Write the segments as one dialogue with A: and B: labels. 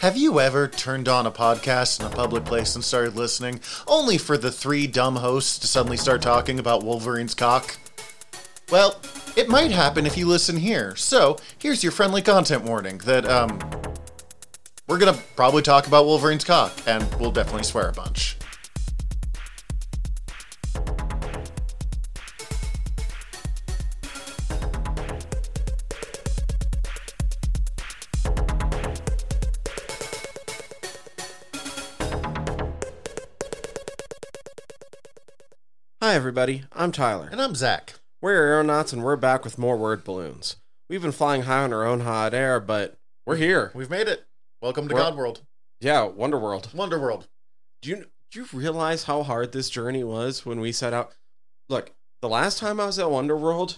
A: Have you ever turned on a podcast in a public place and started listening, only for the three dumb hosts to suddenly start talking about Wolverine's cock? Well, it might happen if you listen here. So, here's your friendly content warning that, um, we're gonna probably talk about Wolverine's cock, and we'll definitely swear a bunch.
B: Hi, everybody. I'm Tyler.
A: And I'm Zach.
B: We're aeronauts, and we're back with more word balloons. We've been flying high on our own hot air, but we're here.
A: We've made it. Welcome to
B: We're-
A: God World.
B: Yeah, Wonderworld.
A: Wonder World.
B: Do you do you realize how hard this journey was when we set out? Look, the last time I was at Wonderworld,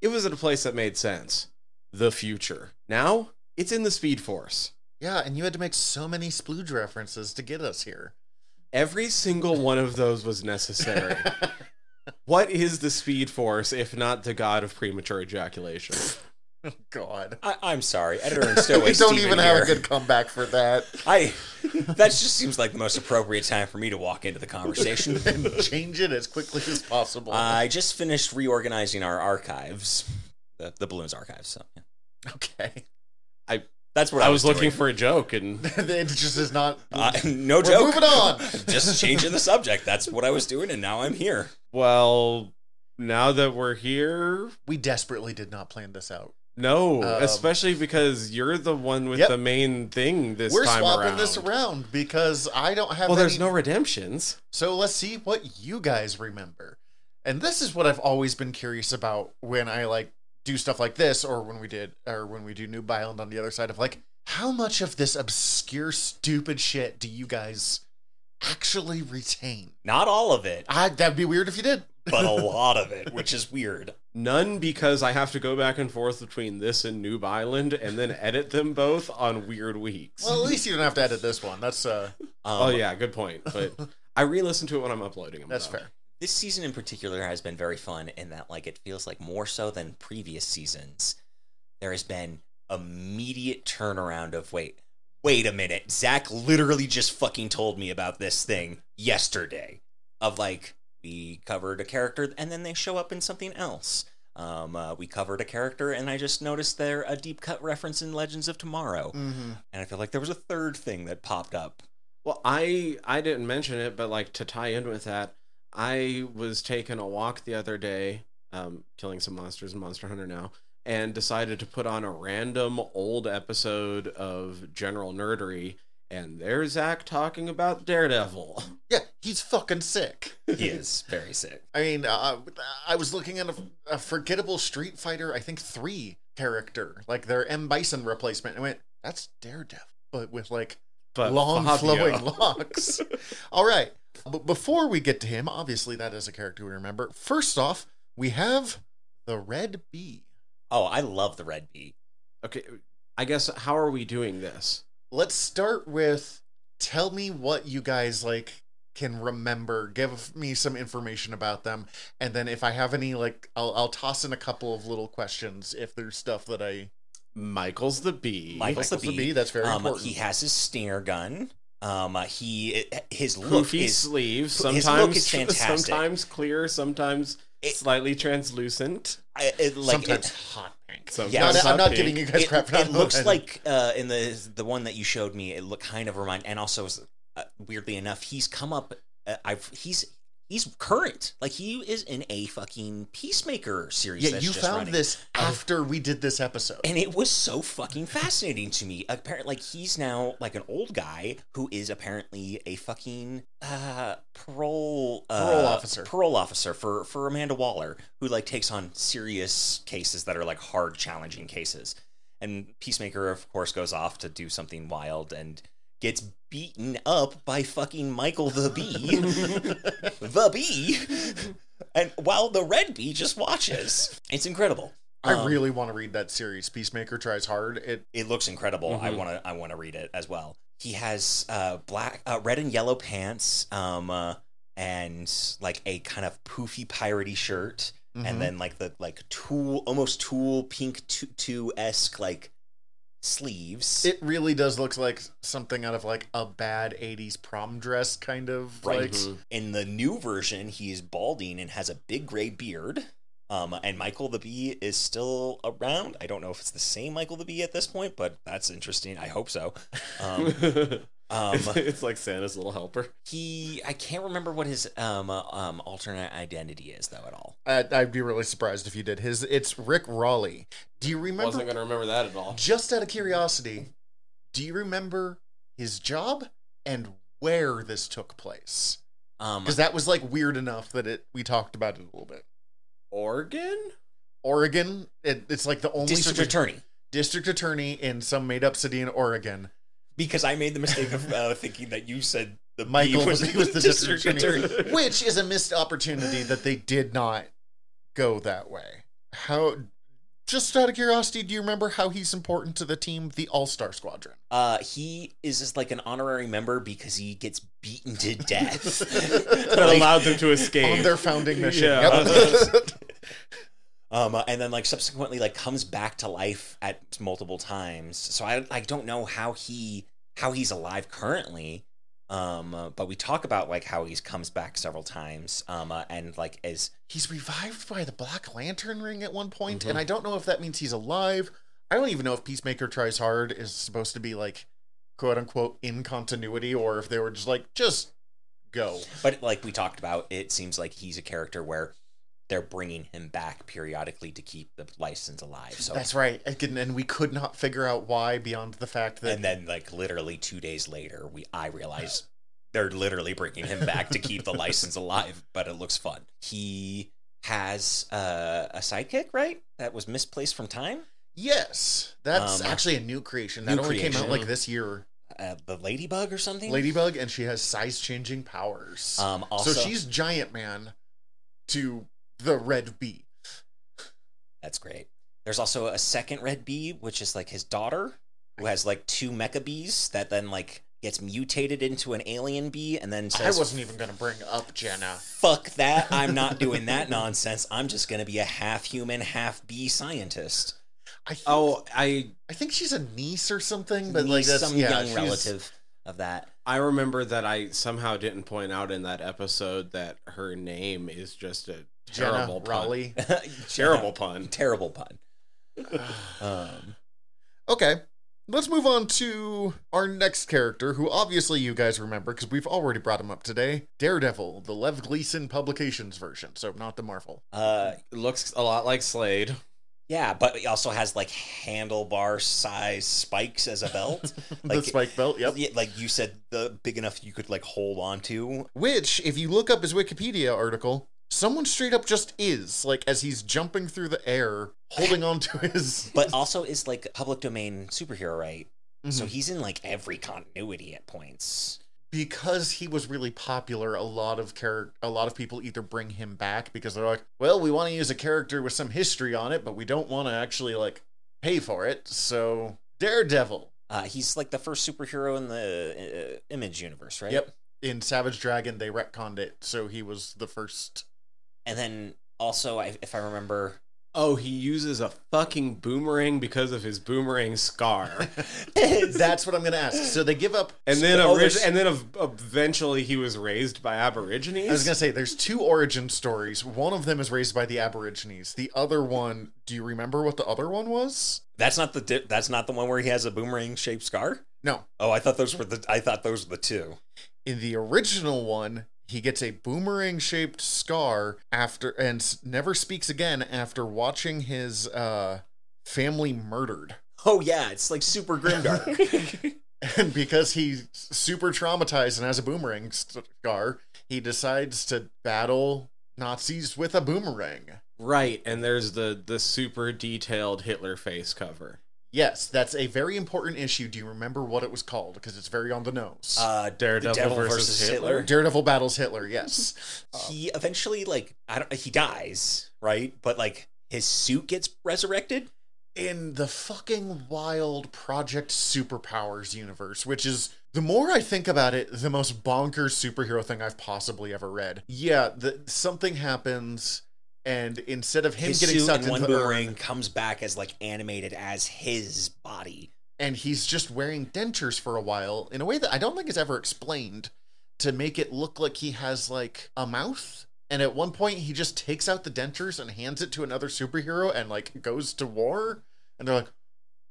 B: it was at a place that made sense. The future. Now it's in the Speed Force.
A: Yeah, and you had to make so many splooge references to get us here.
B: Every single one of those was necessary. what is the Speed Force if not the god of premature ejaculation?
A: oh, God.
C: I, I'm sorry, editor and stowaway.
A: we don't
C: Steven
A: even have
C: here.
A: a good comeback for that.
C: I. That just seems like the most appropriate time for me to walk into the conversation.
A: and change it as quickly as possible.
C: I just finished reorganizing our archives, the, the balloons archives. So yeah.
A: okay.
C: that's what I,
B: I was
C: doing.
B: looking for a joke and
A: it just is not.
C: Uh, no
A: We're
C: joke.
A: moving on.
C: just changing the subject. That's what I was doing, and now I'm here.
B: well, now that we're here,
A: we desperately did not plan this out.
B: no,
A: Um,
B: especially because you're the one with
A: Yep.
B: the main thing this
A: We're
B: time
A: swapping
B: around.
A: this around because I don't have
B: Well, there's
A: any-
B: no redemptions.
A: So let's see what you guys remember. And this is what I've always been curious about when I like do stuff like this or when we did or when we do Noob Island on the other side of like how much of this obscure stupid shit do you guys actually retain?
C: Not all of it,
A: I that'd be weird if you did.
C: but a lot of it, which is weird.
B: None because I have to go back and forth between this and Noob Island and then edit them both on weird weeks.
A: Well, at least you don't have to edit this one. That's uh
C: Um,
B: oh yeah, good point. But I re-listen to it when I'm uploading them.
A: that's
B: though.
A: fair.
C: this season in particular has been very fun in that like it feels like more so than previous seasons there has been immediate turnaround of wait wait a minute zach literally just fucking told me about this thing yesterday of like we covered a character and then they show up in something else um, uh, we covered a character and i just noticed there a deep cut reference in legends of tomorrow
A: Mm-hmm.
C: and i feel like there was a third thing that popped up
B: Well, I I didn't mention it, but like to tie in with that, I was taking a walk the other day, um, killing some monsters in Monster Hunter now, and decided to put on a random old episode of General Nerdery, and there's Zach talking about Daredevil.
A: Yeah, he's fucking sick.
C: he is very sick
A: I mean, uh, I was looking at a, a forgettable Street Fighter, I think three character, like their M Bison replacement. And I went, that's Daredevil, but with like
B: But
A: long
B: Fabio-
A: flowing locks. All right, but before we get to him, obviously that is a character we remember. First off, we have the Red Bee.
C: oh i love the red bee
B: Okay, I guess how are we doing this?
A: Let's start with tell me what you guys like can remember. Give me some information about them, and then if I have any, like I'll, I'll toss in a couple of little questions if there's stuff that I
B: Michael's the bee.
C: Michael's the
A: Michael's the
C: bee.
A: bee, That's very
C: um,
A: important.
C: He has his stinger gun. Um, uh, he his look
B: poofy
C: is
B: sleeves,
C: his look
B: sometimes
C: is fantastic.
B: sometimes clear, sometimes
C: It-
B: slightly translucent.
C: I- it- like
A: Sometimes
C: it,
A: hot pink.
B: Sometimes
C: Yeah,
A: No, no, I'm not
B: pink.
A: giving you guys
C: it-
A: crap. for
C: it
A: not
C: looks
A: knowing.
C: like uh, in the the one that you showed me. It look kind of remind, and also uh, weirdly enough, he's come up. Uh, I've he's he's current. Like he is in a fucking Peacemaker series.
A: Yeah,
C: that's
A: you
C: just
A: found
C: running. Um,
A: this after we did this episode.
C: and it was so fucking fascinating to me. Apparently, like he's now like an old guy who is apparently a fucking uh, parole uh,
A: Parole officer.
C: parole officer for for Amanda Waller, who like takes on serious cases that are like hard, challenging cases. And Peacemaker, of course, goes off to do something wild and gets beaten up by fucking Michael the Bee, the Bee, and while the Red Bee just watches. It's incredible.
A: I
C: Um,
A: really want to read that series. Peacemaker tries hard. It
C: it looks incredible. I
B: Mhm.
C: want to I want to read it as well. He has uh, black, uh, red and yellow pants, um, uh, and like a kind of poofy piratey shirt,
A: mhm.
C: and then like the like tool, almost tool pink two esque like sleeves.
A: It really does look like something out of like a bad 80s prom dress kind of
C: Right.
A: like
B: Mhm.
C: In the new version, he is balding and has a big gray beard. Um, and Michael the Bee is still around. I don't know if it's the same Michael the Bee at this point, but that's interesting. I hope so. Um, um,
B: it's, it's like Santa's little helper.
C: he, I can't remember what his um, uh, um, alternate identity is though at all.
A: I'd, Uh, I'd be really surprised if you did his it's Rick Raleigh. Do you remember
B: Wasn't gonna remember that at all.
A: just out of curiosity, do you remember his job and where this took place?
C: Um,
A: Because that was like weird enough that it we talked about it a little bit.
B: Oregon?
A: Oregon, it, it's like the only
C: district
A: sort of
C: attorney.
A: district attorney in some made up city in Oregon.
C: Because I made the mistake of uh, thinking that you said the
A: Michael
C: Bee
A: was, he was the district, attorney, which is a missed opportunity that they did not go that way. How? Just out of curiosity, do you remember how he's important to the team, the All Star Squadron?
C: Uh, he is just like an honorary member because he gets beaten to death. Like,
B: them to escape.
A: on their founding mission.
B: Yeah.
A: Yep.
C: um, uh, and then like subsequently like comes back to life at multiple times. So I I don't know how he how he's alive currently. Um, uh, but we talk about like how he's comes back several times. Um, uh, and like is
A: he's revived by the Black Lantern ring at one point,
C: Mm-hmm.
B: Mhm.
A: and I don't know if that means he's alive. I don't even know if Peacemaker tries hard is supposed to be like quote unquote in continuity, or if they were just like just go.
C: But like we talked about, it seems like he's a character where they're bringing him back periodically to keep the license alive. So
A: That's right, I couldn't- and we could not figure out why beyond the fact that
C: and then like literally 2 days later, we I realize they're literally bringing him back to keep the license alive, but it looks fun. He has uh, a sidekick, right? That was misplaced from time.
A: yes, that's
C: Um,
A: actually a new creation that
C: new
A: only came out
C: creation.
A: like this year.
C: Uh, the ladybug or something.
A: Ladybug, and she has size changing powers.
C: um also
A: so she's Giant Man to the Red Bee.
C: that's great. There's also a second red bee, which is like his daughter, who has like two mecha bees that then like gets mutated into an alien bee and then
A: I
C: says,
A: wasn't even gonna bring up Jenna.
C: fuck that. I'm not doing that nonsense. I'm just going to be a half human, half bee scientist.
A: I think,
B: Oh, I
A: I think she's a niece or something, but
C: Need
A: like that's
C: some
A: yeah,
C: young
A: she's-
C: relative of that.
B: I remember that I somehow didn't point out in that episode that her name is just a
A: Jenna
B: terrible pun.
A: Raleigh.
B: Terrible pun.
C: Terrible pun. Um,
A: okay, let's move on to our next character, who obviously you guys remember because we've already brought him up today. Daredevil, the Lev Gleason Publications version, so not the Marvel.
C: uh,
B: Looks a lot like Slade.
C: yeah, but it also has like handlebar size spikes as a belt.
A: the
C: Like-
A: spike belt, yep.
C: Yeah, like you said, the big enough you could like hold on to.
A: Which, if you look up his Wikipedia article, someone straight up just is like as he's jumping through the air, holding on to his.
C: But also is like public domain superhero, right? So
B: Mm-hmm.
A: Mhm.
C: he's in like every continuity at points.
A: because he was really popular, a lot of char- a lot of people either bring him back because they're like, well, we want to use a character with some history on it, but we don't want to actually like pay for it. So Daredevil
C: Uh, he's like the first superhero in the uh, Image universe, right?
A: Yep. in Savage Dragon, they retconned it, so he was the first.
C: And then also, I, if I remember,
B: Oh, he uses a fucking boomerang because of his boomerang scar.
A: That's what I'm gonna ask. So they give up,
B: And then,
A: Oh,
B: orig-
A: there's-
B: and then ev- eventually he was raised by Aborigines.
A: I was gonna say there's two origin stories. One of them is raised by the Aborigines. The other one, do you remember what the other one was?
C: that's not the di- that's not the one where he has a boomerang shaped scar.
A: No,
C: Oh, I thought those were the I thought those were the two.
A: in the original one he gets a boomerang shaped scar after and s- never speaks again after watching his uh family murdered
C: Oh yeah, it's like super grimdark.
A: and because he's super traumatized and has a boomerang st- scar he decides to battle nazis with a boomerang
B: Right, and there's the the super detailed Hitler face cover.
A: yes that's a very important issue do you remember what it was called because it's very on the nose
C: uh,
B: Daredevil
C: Devil
B: versus,
C: versus
B: Hitler.
C: Hitler.
A: daredevil battles hitler yes
C: he eventually like I don't he dies right, but like his suit gets resurrected.
A: in the fucking wild Project Superpowers universe, which is the more I think about it, the most bonkers superhero thing I've possibly ever read. Yeah, the, something happens, and instead of him
C: his
A: getting
C: suit
A: sucked
C: and
A: into
C: one
A: the
C: boomerang
A: boomerang,
C: comes back as like animated as his body.
A: and he's just wearing dentures for a while in a way that I don't think is ever explained to make it look like he has like a mouth. And at one point, he just takes out the dentures and hands it to another superhero and like goes to war. And they're like,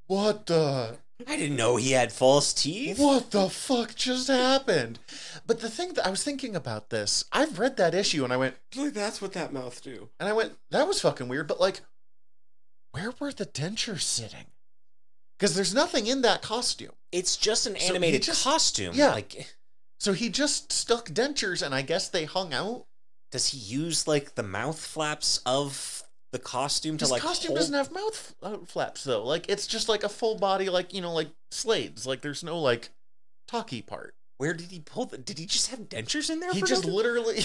A: "What the
C: I didn't know he had false teeth.
A: what the fuck just happened?" But the thing that I was thinking about this, I've read that issue and I went,
B: Like that's what that mouth do.
A: and I went, that was fucking weird, but like, where were the dentures sitting? Because there's nothing in that costume.
C: It's just an
A: So he
C: animated
A: just-
C: costume.
A: yeah.
C: Like,
A: So he just stuck dentures and I guess they hung out.
C: does he use like the mouth flaps of the costume to
A: His
C: like
A: costume
C: hold-
A: doesn't have mouth f- uh, flaps though. Like, it's just like a full body, like, you know, like Slades. Like, there's no like talky part.
C: Where did he pull the? Did he just have dentures in there?
A: He
C: for
A: just
C: no-
A: literally.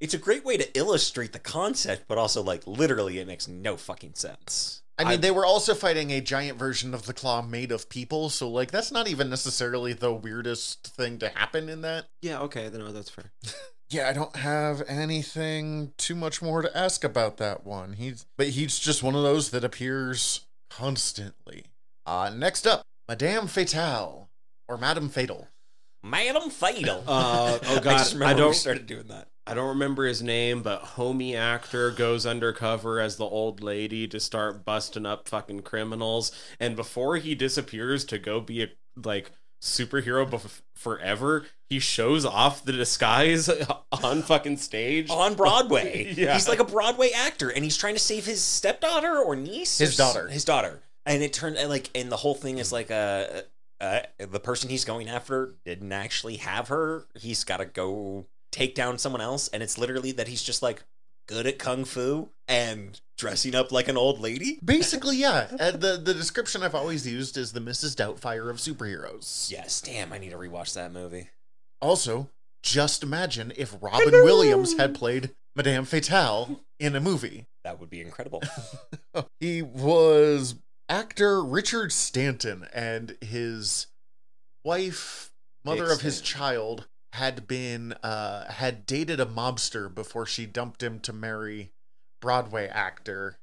C: It's a great way to illustrate the concept, but also like literally, it makes no fucking sense.
A: I mean, they were also fighting a giant version of the claw made of people. So, like, that's not even necessarily the weirdest thing to happen in that.
B: Yeah, okay, then no, that's fair.
A: Yeah, I don't have anything too much more to ask about that one. He's but he's just one of those that appears constantly. Uh next up, Madame Fatale or Madame Fatal.
C: Madam Fatal.
B: Uh, oh,
C: I
B: God,
C: just remember
B: I
C: we
B: don't-
C: started doing that.
B: I don't remember his name, but homie actor goes undercover as the old lady to start busting up fucking criminals, and before he disappears to go be a like superhero bef- forever, he shows off the disguise on fucking stage.
C: on Broadway.
B: Yeah.
C: He's like a Broadway actor, and he's trying to save his stepdaughter or niece,
A: His
C: or s-
A: daughter.
C: his daughter. And it turned and, like, and the whole thing is like uh Uh, the person he's going after didn't actually have her. He's got to go take down someone else, and it's literally that he's just like good at kung fu and dressing up like an old lady.
A: Basically, yeah. uh, the the description I've always used is the Mrs. Doubtfire of superheroes.
C: Yes, damn, I need to rewatch that movie.
A: Also, just imagine if Robin Williams had played Madame Fatale in a movie.
C: That would be incredible.
A: he was actor Richard Stanton, and his wife, mother
B: Dick
A: of his
B: Stanton.
A: child, had been uh, had dated a mobster before she dumped him to marry Broadway actor.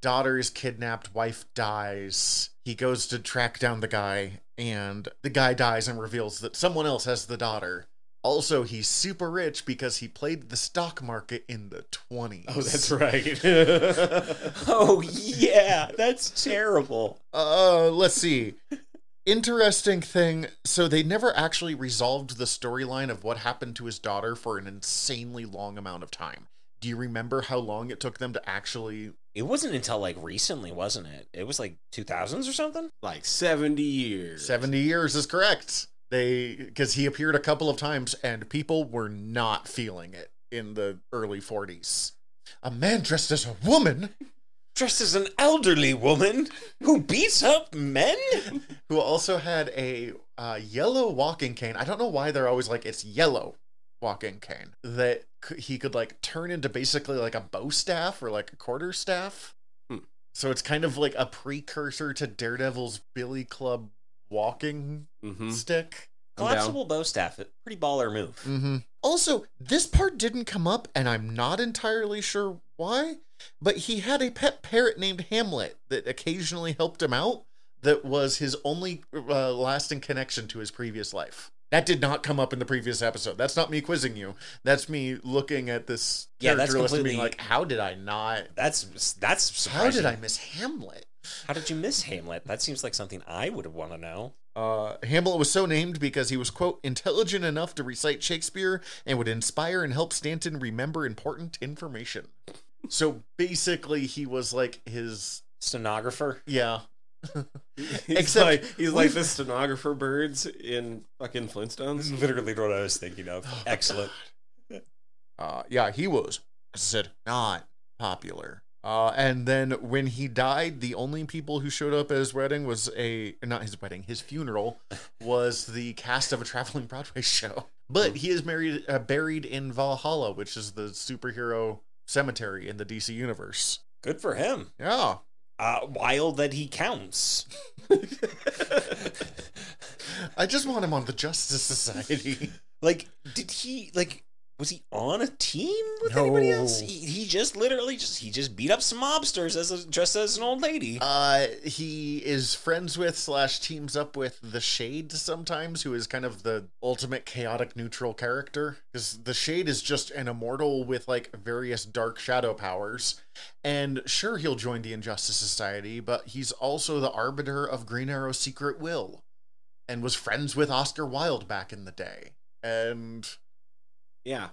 A: Daughter is kidnapped, wife dies. He goes to track down the guy, and the guy dies and reveals that someone else has the daughter. Also, he's super rich because he played the stock market in the 20s.
B: Oh, that's right.
C: oh yeah, that's terrible.
A: Uh, let's see. Interesting thing. So they never actually resolved the storyline of what happened to his daughter for an insanely long amount of time. Do you remember how long it took them to actually?
C: It wasn't until like recently, wasn't it? It was like 2000s or something.
B: like 70 years.
A: Seventy years is correct. They because he appeared a couple of times and people were not feeling it in the early forties. A man dressed as a woman
C: dressed as an elderly woman who beats up men?
A: who also had a uh, yellow walking cane. I don't know why they're always like it's yellow walking cane that c- he could like turn into basically like a bow staff or like a quarter staff.
B: Hmm.
A: So it's kind of like a precursor to Daredevil's Billy Club walking
B: Mhm.
A: stick.
B: I'm down.
C: Collapsible bow staff, a pretty baller move.
A: Mm-hmm. Also, this part didn't come up, and I'm not entirely sure why, but he had a pet parrot named Hamlet that occasionally helped him out. That was his only uh, lasting connection to his previous life. That did not come up in the previous episode. That's not me quizzing you. That's me looking at this
C: Yeah,
A: character
C: that's
A: list and being
C: completely-
A: like, how did I not?
C: That's that's
A: How
C: surprising.
A: did I miss Hamlet?
C: How did you miss Hamlet? That seems like something I would want to know.
A: Uh, Hamlet was so named because he was, quote, intelligent enough to recite Shakespeare and would inspire and help Stanton remember important information. So basically, he was like his,
C: Stenographer.
A: yeah,
B: He's
A: Except
B: like, he's
A: we've-
B: like the stenographer birds in fucking Flintstones.
C: literally what I was thinking of.
A: Oh,
C: Excellent.
A: uh, yeah, he was said not popular. Uh, and then when he died, the only people who showed up at his wedding was a not his wedding, his funeral was the cast of a traveling Broadway show. But he is married, uh, buried in Valhalla, which is the superhero cemetery in the DC universe.
C: Good for him.
A: Yeah,
C: Uh, wild that he counts.
A: I just want him on the Justice Society.
C: like, did he like? was he on a team with
A: No.
C: anybody else? He, he just literally just he just beat up some mobsters as a, dressed as an old lady.
A: Uh, he is friends with slash teams up with the Shade sometimes, who is kind of the ultimate chaotic neutral character. Because the Shade is just an immortal with like various dark shadow powers, and sure he'll join the Injustice Society, but he's also the arbiter of Green Arrow's secret will, and was friends with Oscar Wilde back in the day, and
B: Yeah.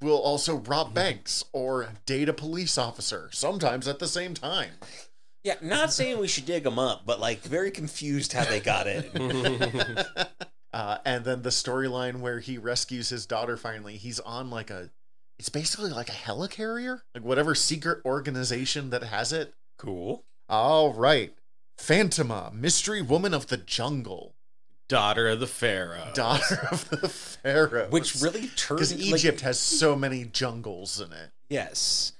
A: will also rob banks or date a police officer sometimes at the same time.
C: yeah, not saying we should dig him up, but like very confused how they got it.
A: uh, and then the storyline where he rescues his daughter finally, he's on like a, it's basically like a helicarrier, like whatever secret organization that has it.
C: cool.
A: All right. Phantoma, mystery woman of the jungle,
B: Daughter of the Pharaoh.
A: daughter of the pharaoh.
C: Oh, Which really
A: because
C: turns like-
A: Egypt has so many jungles in it.
C: yes.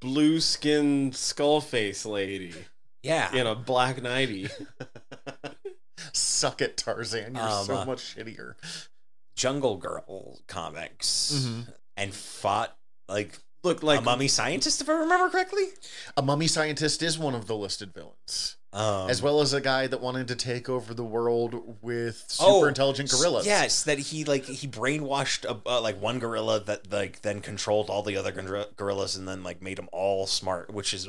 B: Blue skinned skull face lady
C: Yeah.
B: in a black 90.
A: Suck it, Tarzan. You're
C: Um,
A: so
C: uh,
A: much shittier.
C: Jungle Girl comics
A: Mm-hmm.
C: and fought like,
B: Look like
C: a mummy scientist, if I remember correctly.
A: A mummy scientist is one of the listed villains,
C: Um,
A: as well as a guy that wanted to take over the world with super
C: Oh,
A: intelligent
C: s-
A: gorillas.
C: Yes, that he like he brainwashed a, uh, like one gorilla that like then controlled all the other gor- gorillas and then like made them all smart, which is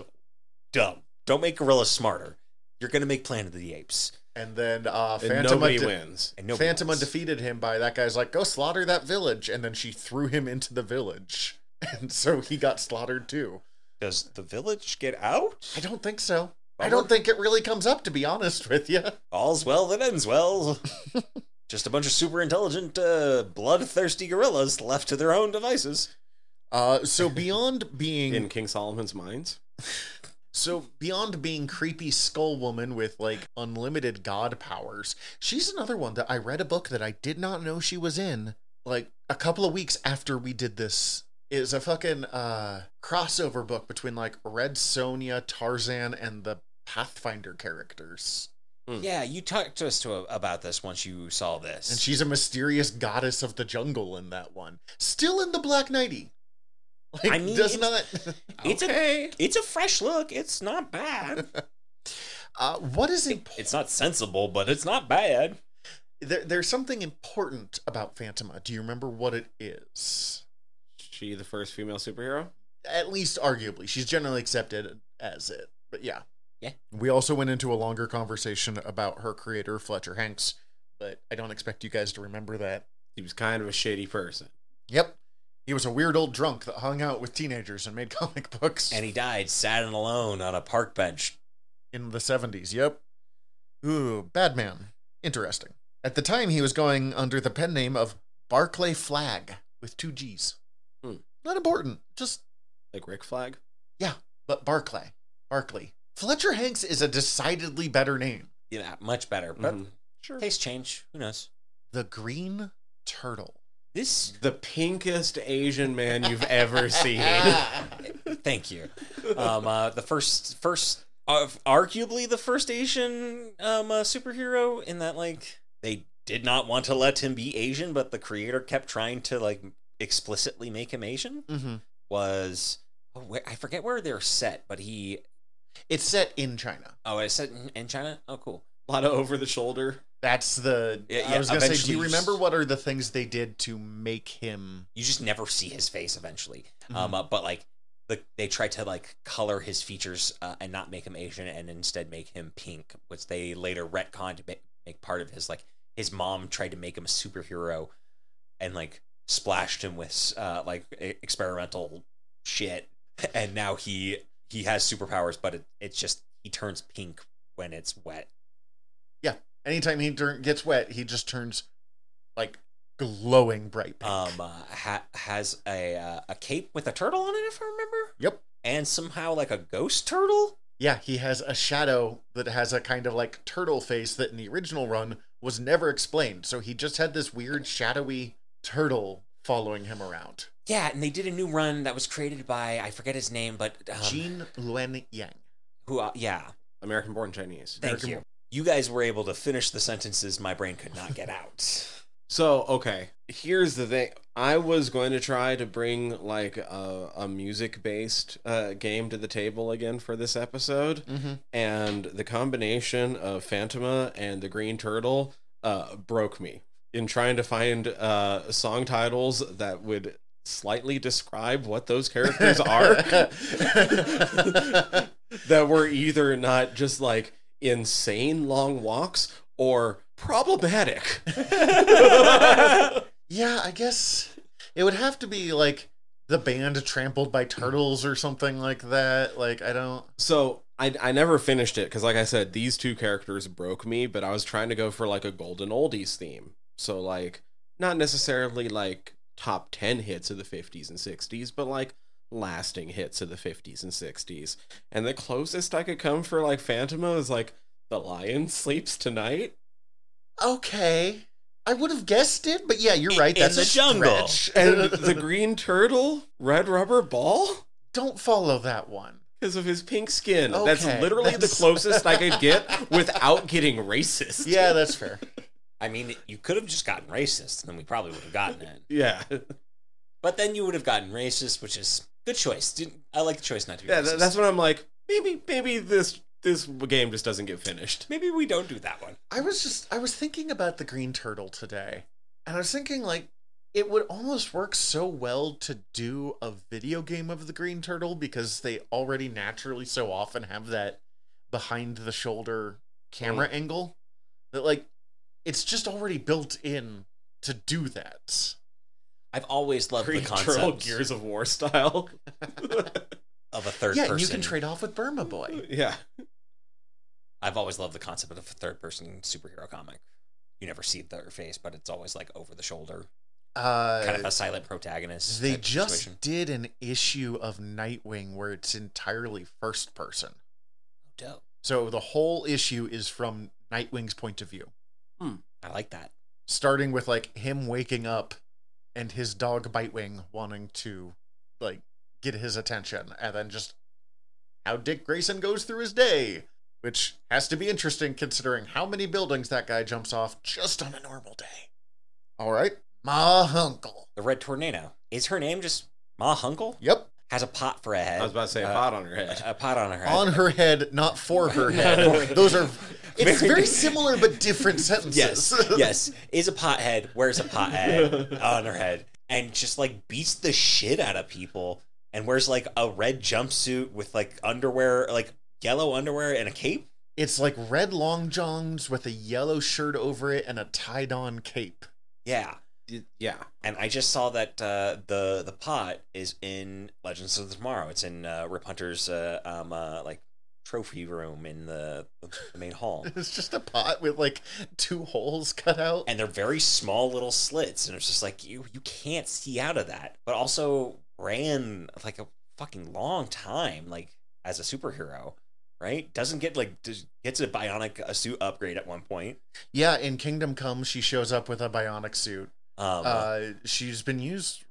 C: dumb. Don't make gorillas smarter. You're gonna make Planet of the Apes,
A: And then uh,
B: and
A: Phantom,
B: nobody
A: de-
B: wins.
C: and no
A: Phantom defeated him by that guy's like, go slaughter that village. And then she threw him into the village. And so he got slaughtered too.
C: Does the village get out?
A: I don't think so. I
C: Bummer.
A: don't think it really comes up, to be honest with you.
C: All's well that ends well. Just a bunch of super intelligent, uh, bloodthirsty gorillas left to their own devices.
A: Uh, so beyond being
B: In King Solomon's Mines?
A: so beyond being creepy skull woman with like unlimited god powers, she's another one that I read a book that I did not know she was in. Like a couple of weeks after we did this, it was a fucking uh crossover book between like Red Sonia, Tarzan, and the Pathfinder characters.
C: Yeah, you talked to us to about this once you saw this.
A: And she's a mysterious goddess of the jungle in that one. Still in the Black Knighty. Like
C: I mean,
A: does
C: it's-
A: not
C: it's a-
A: okay.
C: it's a fresh look. It's not bad.
A: uh what is important
C: it's not sensible, but it's not bad.
A: there, there's something important about Phantoma. Do you remember what it is?
B: She the first female superhero?
A: At least arguably, she's generally accepted as it. But yeah.
C: Yeah.
A: We also went into a longer conversation about her creator, Fletcher Hanks, but I don't expect you guys to remember that.
B: He was kind of a shady person.
A: Yep. He was a weird old drunk that hung out with teenagers and made comic books
C: And he died sad and alone on a park bench.
A: in the 70s. Yep. Ooh, bad man. Interesting. At the time, he was going under the pen name of Barclay Flagg with two G's.
B: Hmm.
A: Not important. Just
B: Like Rick Flag?
A: but Barclay. Barkley. Fletcher Hanks is a decidedly better name.
C: Yeah, much better. But
B: Mhm. Sure.
C: taste change. Who knows?
A: The Green Turtle.
C: This.
B: The pinkest Asian man you've ever seen. Uh,
C: Ah. Thank you. Um, uh, the first, first, uh, arguably the first Asian um, uh, superhero in that like they did not want to let him be Asian, but the creator kept trying to like explicitly make him Asian.
A: Mm-hmm.
C: was oh, where, I forget where they're set, but he
A: It's set in China.
C: oh it's set in, in China. Oh, cool.
B: A lot of over the shoulder.
A: That's the.
C: Yeah,
A: I
C: yeah,
A: was gonna say, do
C: eventually
A: you
C: you
A: remember
C: s-
A: what are the things they did to make him?
C: You just never see his face eventually.
A: Mhm.
C: Um, uh, but like the, they tried to like color his features uh, and not make him Asian, and instead make him pink, which they later retconned to make, make part of his like his mom tried to make him a superhero, and like splashed him with uh, like e- experimental shit, and now he he has superpowers, but it, it's just he turns pink when it's wet.
A: Anytime he dur- gets wet, he just turns like glowing bright pink.
C: um uh, ha- has a uh, a cape with a turtle on it if i remember
A: Yep.
C: and somehow like a ghost turtle
A: yeah, he has a shadow that has a kind of like turtle face that in the original run was never explained. So he just had this weird shadowy turtle following him around.
C: yeah and they did a new run that was created by i forget his name but um,
A: Jean Luen Yang.
C: who uh, yeah
B: American born Chinese.
C: thank
A: American
C: you you guys were able to finish the sentences my brain could not get out
B: So, okay. here's the thing i was going to try to bring like a, a music based uh, game to the table again for this episode
A: Mm-hmm.
B: and the combination of phantom and the green turtle uh, broke me in trying to find uh, song titles that would slightly describe what those characters are that were either not just like insane long walks or problematic
A: yeah, I guess it would have to be like the band trampled by turtles or something like that. Like I don't.
B: So I I never finished it because, like I said, these two characters broke me. But I was trying to go for like a golden oldies theme. So like not necessarily like top ten hits of the fifties and sixties, but like lasting hits of the fifties and sixties. And the closest I could come for like Phantoma is like the lion sleeps tonight.
A: Okay, I would have guessed it, but yeah, you're
C: In-
A: right.
C: in
A: That's
C: the
A: a
C: jungle.
A: stretch.
B: And the green turtle, red rubber ball.
A: don't follow that one.
B: Because of his pink skin. that's
A: Okay,
B: literally the
A: that's-
B: closest I could get without getting racist.
A: Yeah, that's fair.
C: I mean, you could have just gotten racist, and then we probably would have gotten it.
B: Yeah.
C: But then you would have gotten racist, which is good choice. Didn't- I like the choice not to be
B: Yeah,
C: racist.
B: tha- that's what I'm like. Maybe, maybe this this game just doesn't get finished.
C: Maybe we don't do that one.
A: I was just I was thinking about the green turtle today, and I was thinking like it would almost work so well to do a video game of the green turtle because they already naturally so often have that behind the shoulder camera angle that like it's just already built in to do that.
C: I've always loved
B: Green
C: the
B: Turtle
C: concept
B: Gears of War style.
C: of a third
A: yeah, and you can
C: person.
A: trade off with Burma Oh, Boy.
B: yeah,
C: I've always loved the concept of a third person superhero comic. You never see their face, but it's always like over the shoulder,
A: Uh,
C: kind of a silent protagonist.
A: they
C: type of
A: just
C: situation.
A: did an issue of Nightwing where it's entirely first person.
C: Oh, dope.
A: So the whole issue is from Nightwing's point of view,
C: I like that.
A: starting with like him waking up and his dog Bitewing wanting to like get his attention, and then just how Dick Grayson goes through his day, which has to be interesting considering how many buildings that guy jumps off just on a normal day. All right, my uncle.
C: The Red Tornado is her name. Just Ma Hunkle
A: Yep,
C: has a pot for a head.
B: I was about to say a
C: Uh,
B: pot on her head.
C: A pot on her head.
A: on her head, not for her head. Those are. It's very similar but different sentences.
C: Yes, yes. Is a pothead, wears a pothead on her head, Uh, and just like beats the shit out of people, and wears like a red jumpsuit with like underwear, like yellow underwear and a cape.
A: It's like red long johns with a yellow shirt over it and a tied-on cape.
C: Yeah.
B: Yeah,
C: And I just saw that uh, the the pot is in Legends of Tomorrow. It's in uh, Rip Hunter's uh, um, uh, like trophy room in the, the main hall,
A: It's just a pot with like two holes cut out.
C: and they're very small little slits, and it's just like you you can't see out of that. But also ran like a fucking long time, like as a superhero, right? Doesn't get like does, gets a bionic a suit upgrade at one point.
A: Yeah, in Kingdom Come, she shows up with a bionic suit.
C: Um,
A: Uh, she's been used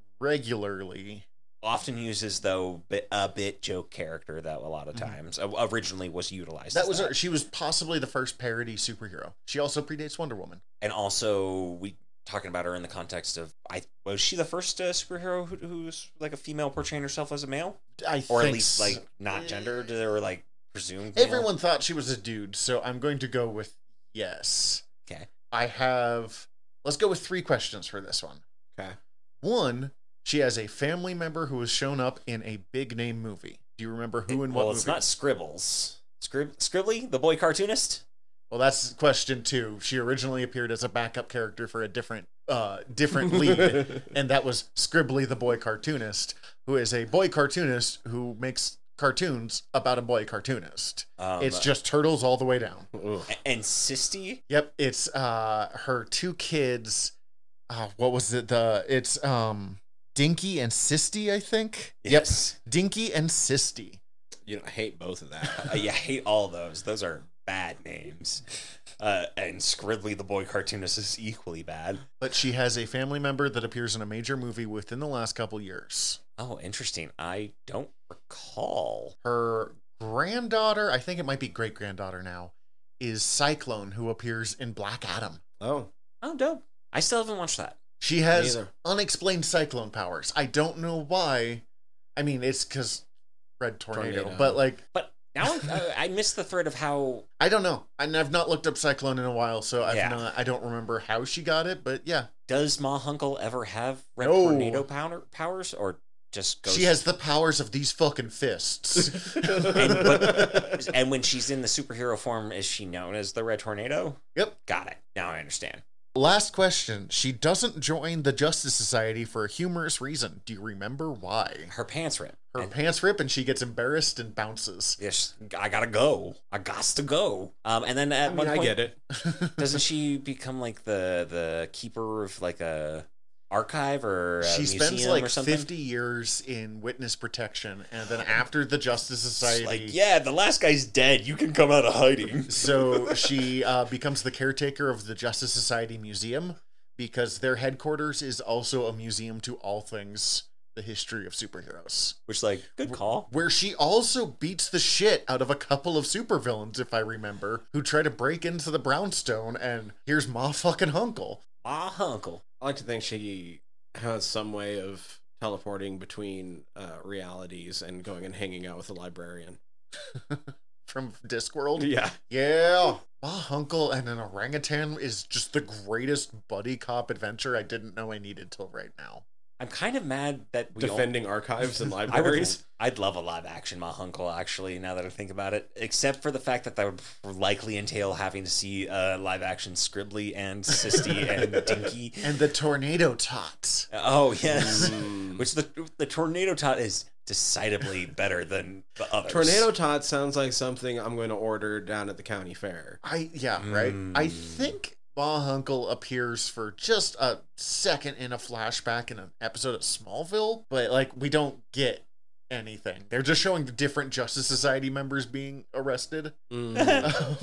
A: regularly.
C: often uses though bit, a bit joke character that a lot of
A: Mhm.
C: times uh, originally was utilized.
A: That
C: as
A: was her. She was possibly the first parody superhero. She also predates Wonder Woman.
C: and also we talking about her in the context of I was she the first uh, superhero who, who's like a female portraying herself as a male
A: I
C: or at
A: think
C: least
A: so.
C: like not gendered or like presumed male?
A: everyone thought she was a dude, so I'm going to go with yes.
C: Okay.
A: I have. Let's go with three questions for this one.
B: Okay.
A: One, she has a family member who has shown up in a big name movie. Do you remember who and what
C: well
A: movie?
C: it's not Scribbles Scrib Scribbly the boy cartoonist
A: Well, that's question two. She originally appeared as a backup character for a different, uh, different lead, and that was Scribbly the boy cartoonist, who is a boy cartoonist who makes cartoons about a boy cartoonist.
C: um,
A: it's just turtles all the way down.
B: Oof.
C: a- and Sisty
A: Yep, it's uh her two kids. Uh, what was it? The it's um Dinky and Sisty, I think.
C: yes
A: Yep, Dinky and Sisty.
B: you know, I hate both of that.
C: Uh, yeah I hate all those those are bad names uh, and Scribbly the boy cartoonist is equally bad
A: But she has a family member that appears in a major movie within the last couple years.
C: oh interesting I don't recall
A: Her granddaughter, I think it might be great granddaughter now, is Cyclone, who appears in Black Adam.
B: Oh,
C: oh dope I still haven't watched that
A: She has
B: Neither.
A: unexplained cyclone powers. I don't know why. I mean, it's because red tornado,
B: Tornado.
A: but like
C: But now I'm, uh, I missed the thread of how
A: I don't know. And I've not looked up cyclone in a while, so I've
C: Yeah.
A: not. I don't remember how she got it, but yeah,
C: does Ma Hunkle ever have red
A: No.
C: tornado power, powers or just goes
A: she has the powers of these fucking fists.
C: And- but- and when she's in the superhero form, is she known as the Red Tornado?
A: Yep.
C: Got it. Now I understand.
A: Last question. She doesn't join the Justice Society for a humorous reason. Do you remember why?
C: Her pants rip.
A: Her
C: And
A: pants rip and she gets embarrassed and bounces.
C: yes, I gotta go. I gots to go. Um, and then
B: I
C: at
B: mean,
C: one
B: I
C: point,
B: get it.
C: doesn't she become like the the keeper of like a archive or a
A: she
C: museum
A: spends like
C: or something?
A: 50 years in witness protection and then after the Justice Society.
C: It's like, yeah, the last guy's dead. You can come out of hiding.
A: so she uh, becomes the caretaker of the Justice Society Museum because their headquarters is also a museum to all things the history of superheroes.
C: Which, like, good call.
A: Where she also beats the shit out of a couple of supervillains, if I remember, who try to break into the brownstone and here's Ma fucking Hunkle.
C: Ah, uncle.
B: I like to think she has some way of teleporting between uh, realities and going and hanging out with a librarian.
A: From Discworld.
B: Yeah.
A: Yeah. Ma Hunkle and an orangutan is just the greatest buddy cop adventure I didn't know I needed till right now.
C: I'm kind of mad that we only-
B: Defending archives and
C: I would,
B: libraries.
C: I'd love a live action Ma Hunkle, actually, now that I think about it, except for the fact that that would likely entail having to see uh, live action Scribbly and Sisty and Dinky.
A: And the tornado tots.
C: Oh, yes.
B: Mm.
C: Which the, the Tornado Tot is decidedly better than the others.
B: Tornado Tot sounds like something I'm going to order down at the county fair.
A: I yeah, right. I
C: Mm.
A: think Ma Hunkle appears for just a second in a flashback in an episode of Smallville, but like we don't get anything. They're just showing the different Justice Society members being arrested.
B: Mm.
A: Um,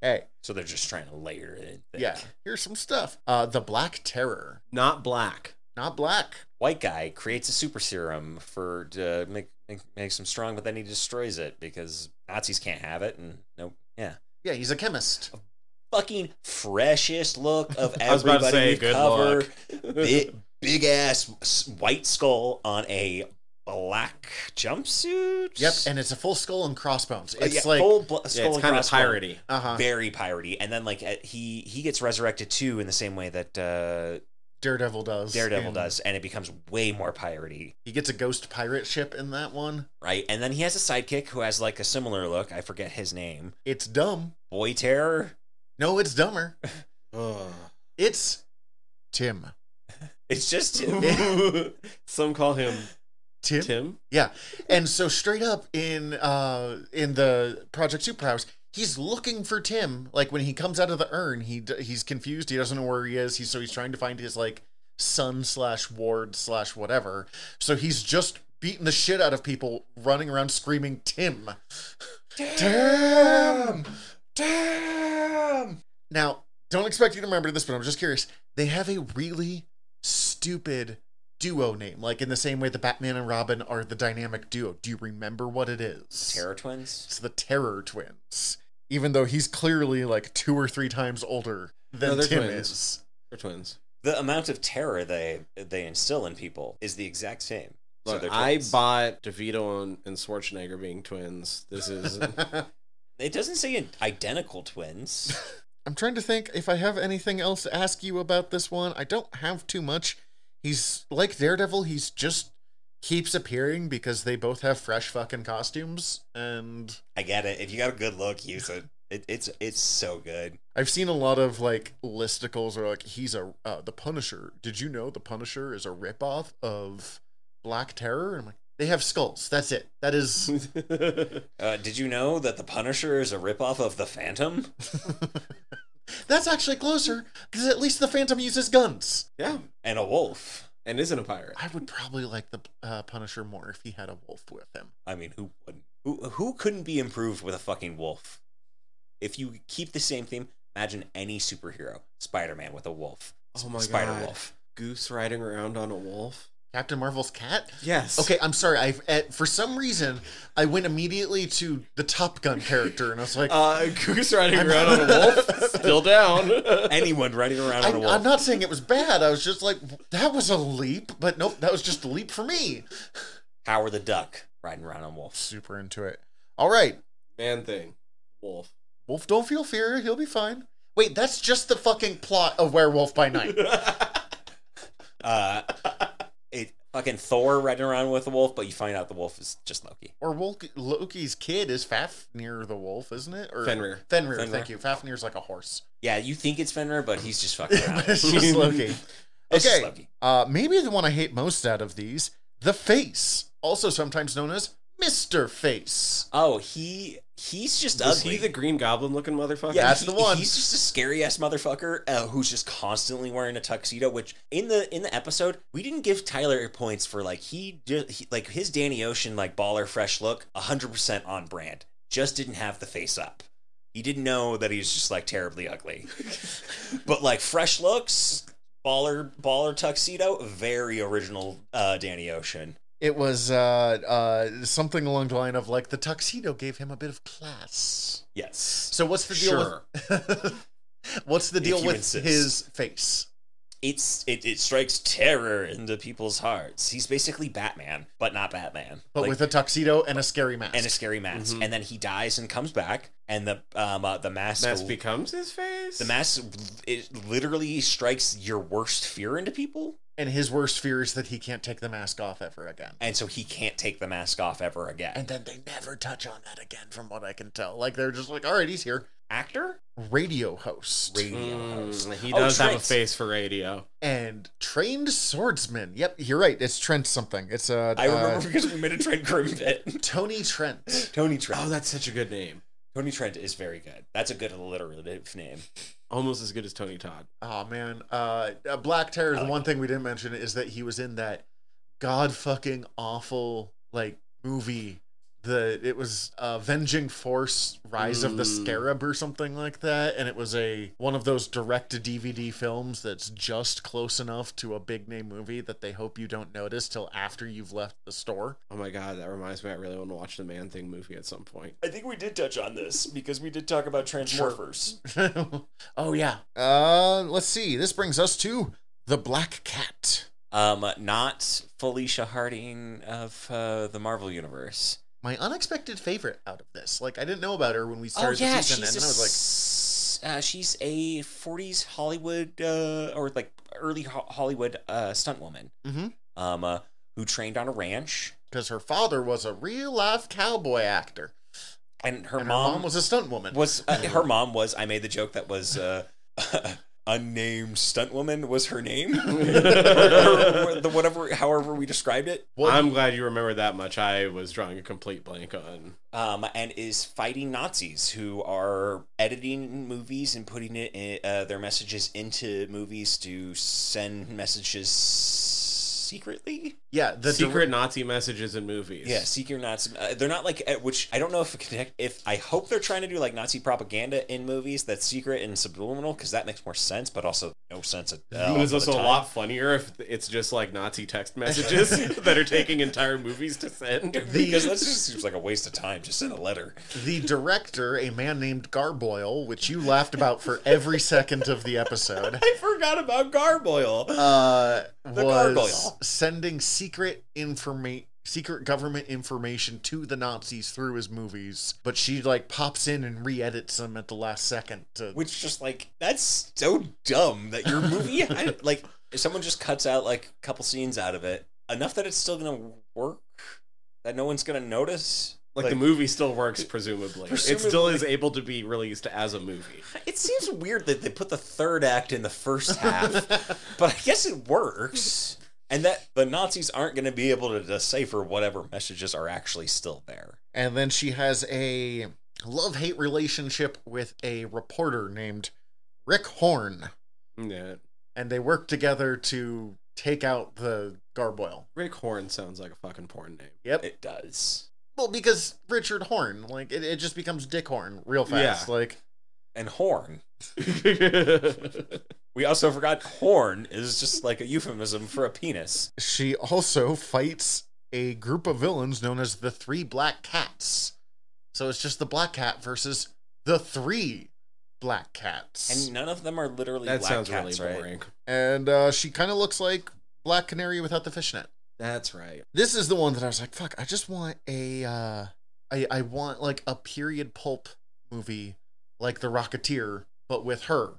A: hey,
C: So they're just trying to layer it in. thick.
A: yeah, here's some stuff. Uh, the Black Terror,
B: Not black.
A: not black.
C: White guy creates a super serum for to make, make, makes him strong, but then he destroys it because Nazis can't have it. And nope. Yeah.
A: Yeah, he's a chemist.
C: fucking freshest look of everybody
B: I was about to say,
C: we've
B: good
C: covered. big, big ass s- white skull on a black jumpsuit.
A: Yep, and it's a full skull and crossbones.
C: Uh,
A: It's
C: yeah,
A: like
C: full bl-
B: Yeah,
C: skull
B: it's
C: and
B: kind of
C: crossbones.
B: piratey.
A: uh huh,
C: Very piratey, and then like uh, he he gets resurrected too in the same way that uh,
A: Daredevil does.
C: Daredevil
A: and
C: does, and it becomes way more piratey,
A: He gets a ghost pirate ship in that one.
C: right? And then he has a sidekick who has like a similar look. I forget his name.
A: It's dumb.
C: Boy Terror.
A: No, it's dumber.
B: Ugh.
A: It's Tim.
C: It's just
B: Some call him
A: Tim.
B: Tim.
A: And so straight up in uh in the Project Superhouse, he's looking for Tim. Like when he comes out of the urn, he d- he's confused. He doesn't know where he is. He's so he's trying to find his like son slash ward slash whatever. So he's just beating the shit out of people, running around screaming Tim. Tim. Tim. Now, don't expect you to remember this, but I'm just curious. They have a really stupid duo name, like in the same way the Batman and Robin are the dynamic duo. Do you remember what it is?
C: Terror Twins.
A: It's the Terror Twins. Even though he's clearly like two or three times older
B: No,
A: than
B: they're
A: Tim
B: twins.
A: is.
B: They're twins.
C: the amount of terror they they instill in people is the exact same. So
B: Look,
C: they're
B: I
C: twins.
B: bought DeVito and, and Schwarzenegger being twins. This is
C: It doesn't say in- identical twins.
A: I'm trying to think if I have anything else to ask you about this one. I don't have too much. He's like Daredevil, he's just keeps appearing because they both have fresh fucking costumes and
C: I get it. If you got a good look, use it. it it's it's so good.
A: I've seen a lot of like listicles where like he's a uh, the Punisher. Did you know the Punisher is a ripoff of Black Terror? And I'm like, they have skulls. That's it. That is
C: Uh, did you know that the Punisher is a ripoff of the Phantom?
A: that's actually closer because at least the Phantom uses guns.
B: yeah,
C: And a wolf.
B: and isn't a pirate.
A: I would probably like the uh, Punisher more if he had a wolf with him.
C: I mean, who wouldn't? Who who couldn't be improved with a fucking wolf? If you keep the same theme, imagine any superhero, Spider-Man with a wolf.
B: Oh my
C: Spider
B: God.
C: Wolf.
B: Goose riding around on a wolf.
A: Captain Marvel's cat.
B: Yes.
A: Okay, I'm sorry. I uh, for some reason I went immediately to the Top Gun character, and I was like,
B: Uh, goose riding
A: I'm-
B: around on a wolf. still down.
C: Anyone running around
A: I,
C: on a wolf.
A: I'm not saying it was bad. I was just like, that was a leap, but nope, that was just a leap for me.
C: Howard the Duck riding around on wolves.
A: Super into it. All right,
B: Man thing. Wolf.
A: Wolf, don't feel fear. He'll be fine. Wait, that's just the fucking plot of Werewolf by Night.
C: Uh, it fucking Thor riding around with a wolf, but you find out the wolf is just Loki.
A: or Wolke, Loki's kid is Fafnir the wolf, isn't it? Or
B: Fenrir.
A: Fenrir,
C: Fenrir.
A: thank you. Fafnir's like a horse.
C: Yeah, you think it's Fenrir, but he's just fucking around.
A: it's just Loki.
C: It's just
A: Okay.
C: Loki.
A: Uh, maybe the one I hate most out of these, the Face, also sometimes known as Mister Face.
C: Oh, he he's just
B: Is he
C: ugly.
B: the green goblin looking motherfucker?
C: yeah,
A: That's
C: he-
A: the one.
C: He's just a scary ass motherfucker uh, who's just constantly wearing a tuxedo. Which in the in the episode we didn't give Tyler points for like he, ju- he like his Danny Ocean like baller fresh look, hundred percent on brand. Just didn't have the face up. He didn't know that he was just like terribly ugly. but like fresh looks, baller baller tuxedo, very original uh, Danny Ocean.
A: It was uh, uh, something along the line of like the tuxedo gave him a bit of class.
C: Yes.
A: So what's the deal
B: Sure.
A: with what's the
C: If
A: deal
C: you
A: with
C: insist.
A: his face?
C: it's it, it strikes terror into people's hearts. He's basically Batman, but not Batman.
A: But
C: Like,
A: with a tuxedo and a scary mask.
C: and a scary mask,
B: Mhm.
C: and then he dies and comes back, and the um uh, the mask
B: Mask becomes his face?
C: the mask it literally strikes your worst fear into people,
A: and his worst fear is that he can't take the mask off ever again.
C: and so he can't take the mask off ever again.
A: And then they never touch on that again, from what I can tell. Like they're just like, all right, he's here.
C: Actor,
A: Radio host
C: radio host.
B: Mm, he
C: Oh,
B: does have a
C: Trent.
B: face for radio.
A: and trained swordsman. Yep, you're right. It's Trent something. It's uh,
C: I remember
A: uh,
C: because we made a Trent Grimm bit.
A: Tony Trent.
C: Tony Trent.
B: Oh, that's such a good name.
C: Tony Trent is very good. That's a good alliterative name.
B: Almost as good as Tony Todd.
A: Oh man, uh, uh, Black Terror.
C: I
A: The
C: like
A: one thing we didn't mention is that he was in that god fucking awful like movie. The it was uh, Venging Force: Rise of the
B: Mm.
A: Scarab or something like that, and it was a one of those direct to DVD films that's just close enough to a big name movie that they hope you don't notice till after you've left the store.
B: Oh my god, that reminds me. I really want to watch the Man Thing movie at some point.
C: I think we did touch on this because we did talk about Transmorphers.
A: oh yeah. Uh, let's see. This brings us to the Black Cat.
C: Um, not Felicia Harding of uh, the Marvel Universe.
A: my unexpected favorite out of this. Like I didn't know about her when
C: Oh,
A: we started the season, and I was like,
C: like, uh, she's a '40s Hollywood uh, or like early ho- Hollywood uh, stunt woman.
A: Mhm.
C: Um, uh, who trained on a ranch,
A: because her father was a real life cowboy actor,
C: and her,
A: and
C: mom,
A: her mom was a stunt woman.
C: was uh, her mom was. I made the joke that was. Uh, Unnamed stunt woman was her name, or, or- or the whatever, however we described it.
A: What-
B: I'm glad you remember that much. I was drawing a complete blank on.
C: um, and is fighting Nazis who are editing movies and putting it in, uh, their messages into movies to send messages secretly.
A: yeah, the
B: secret
A: dir-
B: Nazi messages in movies.
C: Yeah, secret Nazi. Uh, they're not like uh, which I don't know if it connect. If I hope they're trying to do like Nazi propaganda in movies that's secret and subliminal because that makes more sense, but also no sense at uh,
B: But it's
C: all the
B: also a
C: time.
B: lot funnier if it's just like Nazi text messages that are taking entire movies to send.
C: because that just seems like a waste of time. Just send a letter.
A: the director, a man named Garboyle, which you laughed about for every second of the episode.
C: I forgot about Garboyle.
A: Uh,
C: The
A: was
C: Gargoyle.
A: sending secret information. Secret government information to the Nazis through his movies, but she like pops in and re-edits them at the last second. To,
C: which just like that's so dumb that your movie I, like if someone just cuts out like a couple scenes out of it enough that it's still gonna work that no one's gonna notice
B: Like, the movie still works, presumably. It still
C: Presumably.
B: is able to be released as a movie.
C: it seems weird that they put the third act in the first half but i guess it works and that the nazis aren't gonna be able to decipher whatever messages are actually still there
A: And then she has a love hate relationship with a reporter named Rick Horn.
B: Yeah.
A: And they work together to take out the gargoyle.
B: Rick Horn sounds like a fucking porn name.
A: Yep.
C: it does
A: Well, because Richard Horn, like, it, it just becomes Dick Horn real fast. Like,
C: and horn we also forgot horn is just like a euphemism for a penis
A: she also fights a group of villains known as the Three Black Cats. So it's just the Black Cat versus the Three black cats.
C: And none of them are literally
B: That
C: black
B: sounds
C: cats,
B: really
C: right?
B: boring.
A: And uh, she kind of looks like Black Canary without the fishnet.
B: That's right.
A: This is the one that I was like, fuck, I just want a, uh, I, I want like a period pulp movie like The Rocketeer, but with her.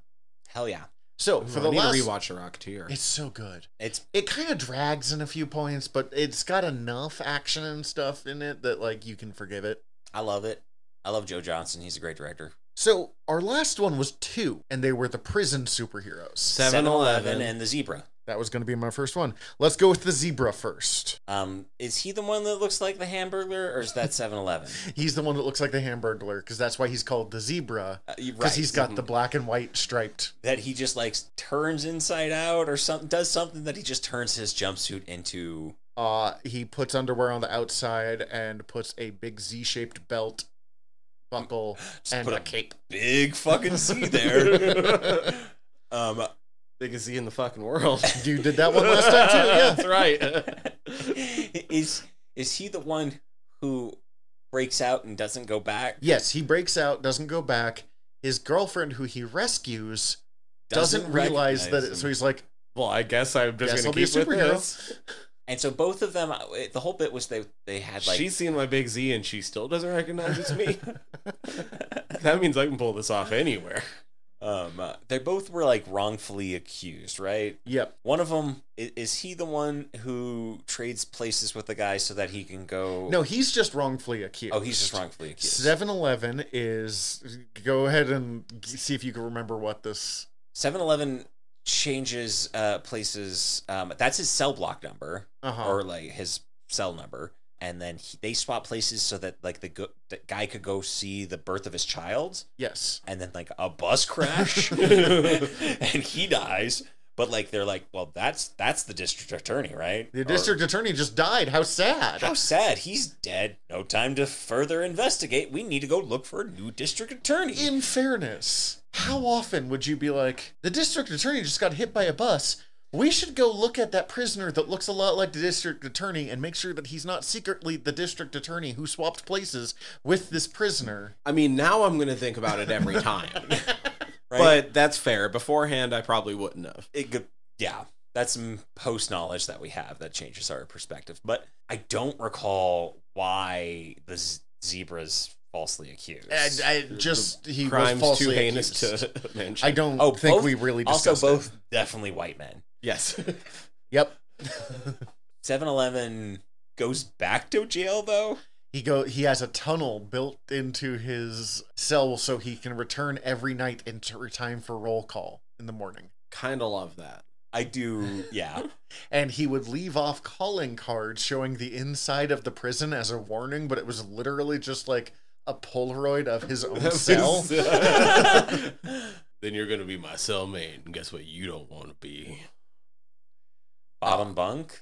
C: Hell yeah.
A: So for
B: I
A: the
B: need
A: last,
B: to rewatch The Rocketeer.
A: it's so good.
C: It's
A: It kind of drags in a few points, but it's got enough action and stuff in it that like you can forgive it.
C: I love it. I love Joe Johnson. He's a great director.
A: So our last one was two, and they were the prison superheroes.
B: 7-Eleven.
C: 7-Eleven and the zebra.
A: That was going to be my first one. Let's go with the zebra first.
C: Um, is he the one that looks like the Hamburglar, or is that 7-Eleven?
A: He's the one that looks like the Hamburglar because that's why he's called the zebra
C: Uh, you're
A: because
C: right.
A: he's
B: Mm-hmm.
A: got the black and white striped.
C: that he just like turns inside out, or something. Does something that he just turns his jumpsuit into.
A: Uh, he puts underwear on the outside and puts a big Z-shaped belt buckle
C: Just
A: and
C: put
A: a
C: a
A: cape.
C: big fucking C there. um,
B: Biggest Z in the fucking world.
A: You did that one last time too. Yeah.
B: That's right.
C: is is he the one who breaks out and doesn't go back?
A: Yes, he breaks out, doesn't go back. His girlfriend, who he rescues, doesn't, realize that. It,
C: recognize
A: so
C: him.
A: he's like,
B: Well, I guess I'm just
A: Guess
B: gonna
A: I'll be a
B: keep with
A: superhero.
B: this.
C: and so both of them. it- The whole bit was they they had like
B: She's seen my big Z and she still doesn't recognize it's me. that means I can pull this off anywhere.
C: um uh, they both were like wrongfully accused, right?
A: "Yep,
C: One of them is, is he the one who trades places with the guy so that he can go?
A: no, he's just wrongfully accused."
C: oh, he's just wrongfully accused.
A: 7-Eleven is. Go ahead and g- see if you can remember what this.
C: 7 Eleven changes uh, places. Um, that's his cell block number
A: Uh huh.
C: or like his cell number. And then he, they swap places so that like the, go- the guy could go see the birth of his child
A: Yes.
C: and then like a bus crash and he dies. But like they're like, well, that's that's the district attorney, right?
A: The
C: Or-
A: district attorney just died. How sad.
C: how sad. He's dead. No time to further investigate. We need to go look for a new district attorney.
A: In fairness, how often would you be like, the district attorney just got hit by a bus? We should go look at that prisoner that looks a lot like the district attorney and make sure that he's not secretly the district attorney who swapped places with this prisoner.
B: I mean, now I'm gonna think about it every time.
C: right?
B: But that's fair. Beforehand, I probably wouldn't have.
C: it could, yeah, that's some post knowledge that we have that changes our perspective. But I don't recall why the z- zebra's falsely accused.
A: And I just he was
B: Crimes
A: falsely
B: too heinous
A: accused.
B: to mention.
A: I don't
C: Oh,
A: think
C: both-
A: we really discussed
C: also, both
A: It.
C: definitely white men.
B: yes.
A: Yep.
C: 7 Eleven goes back to jail, though.
A: He go he has a tunnel built into his cell so he can return every night in t- time for roll call in the morning.
B: kind of love that.
C: I do, yeah.
A: and he would leave off calling cards showing the inside of the prison as a warning, but it was literally just like a Polaroid of his own cell.
B: then you're gonna be my cellmate, and guess what? You don't want to be.
C: Bottom bunk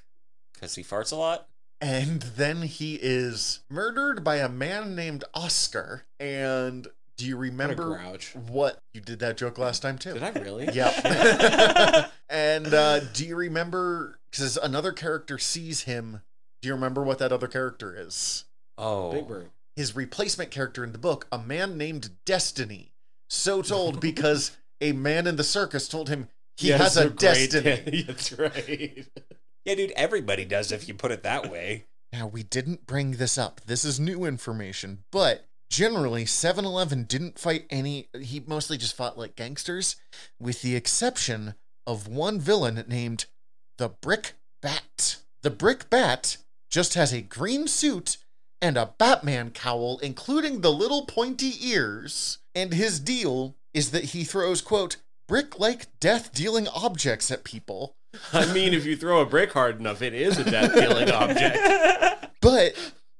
C: because he farts a lot.
A: And then he is murdered by a man named Oscar. And do you
B: What a
A: remember
B: grouch.
A: what you did that joke last time too?
B: Did I really?
A: Yep. and uh, do you remember? Because another character sees him. Do you remember what that other character is?
C: oh,
B: Big Bird.
A: his replacement character in the book, a man named Destiny. So told because a man in the circus told him he
B: Yes,
A: has a
B: they're great.
A: destiny.
B: That's right.
C: Yeah, dude, everybody does if you put it that way.
A: Now, we didn't bring this up. This is new information, but generally, 7 Eleven didn't fight any. He mostly just fought like gangsters, with the exception of one villain named the Brick Bat. The Brick Bat just has a green suit and a Batman cowl, including the little pointy ears. And his deal is that he throws, quote, brick like death dealing objects at people.
B: I mean, if you throw a brick hard enough, it is a death dealing object.
A: But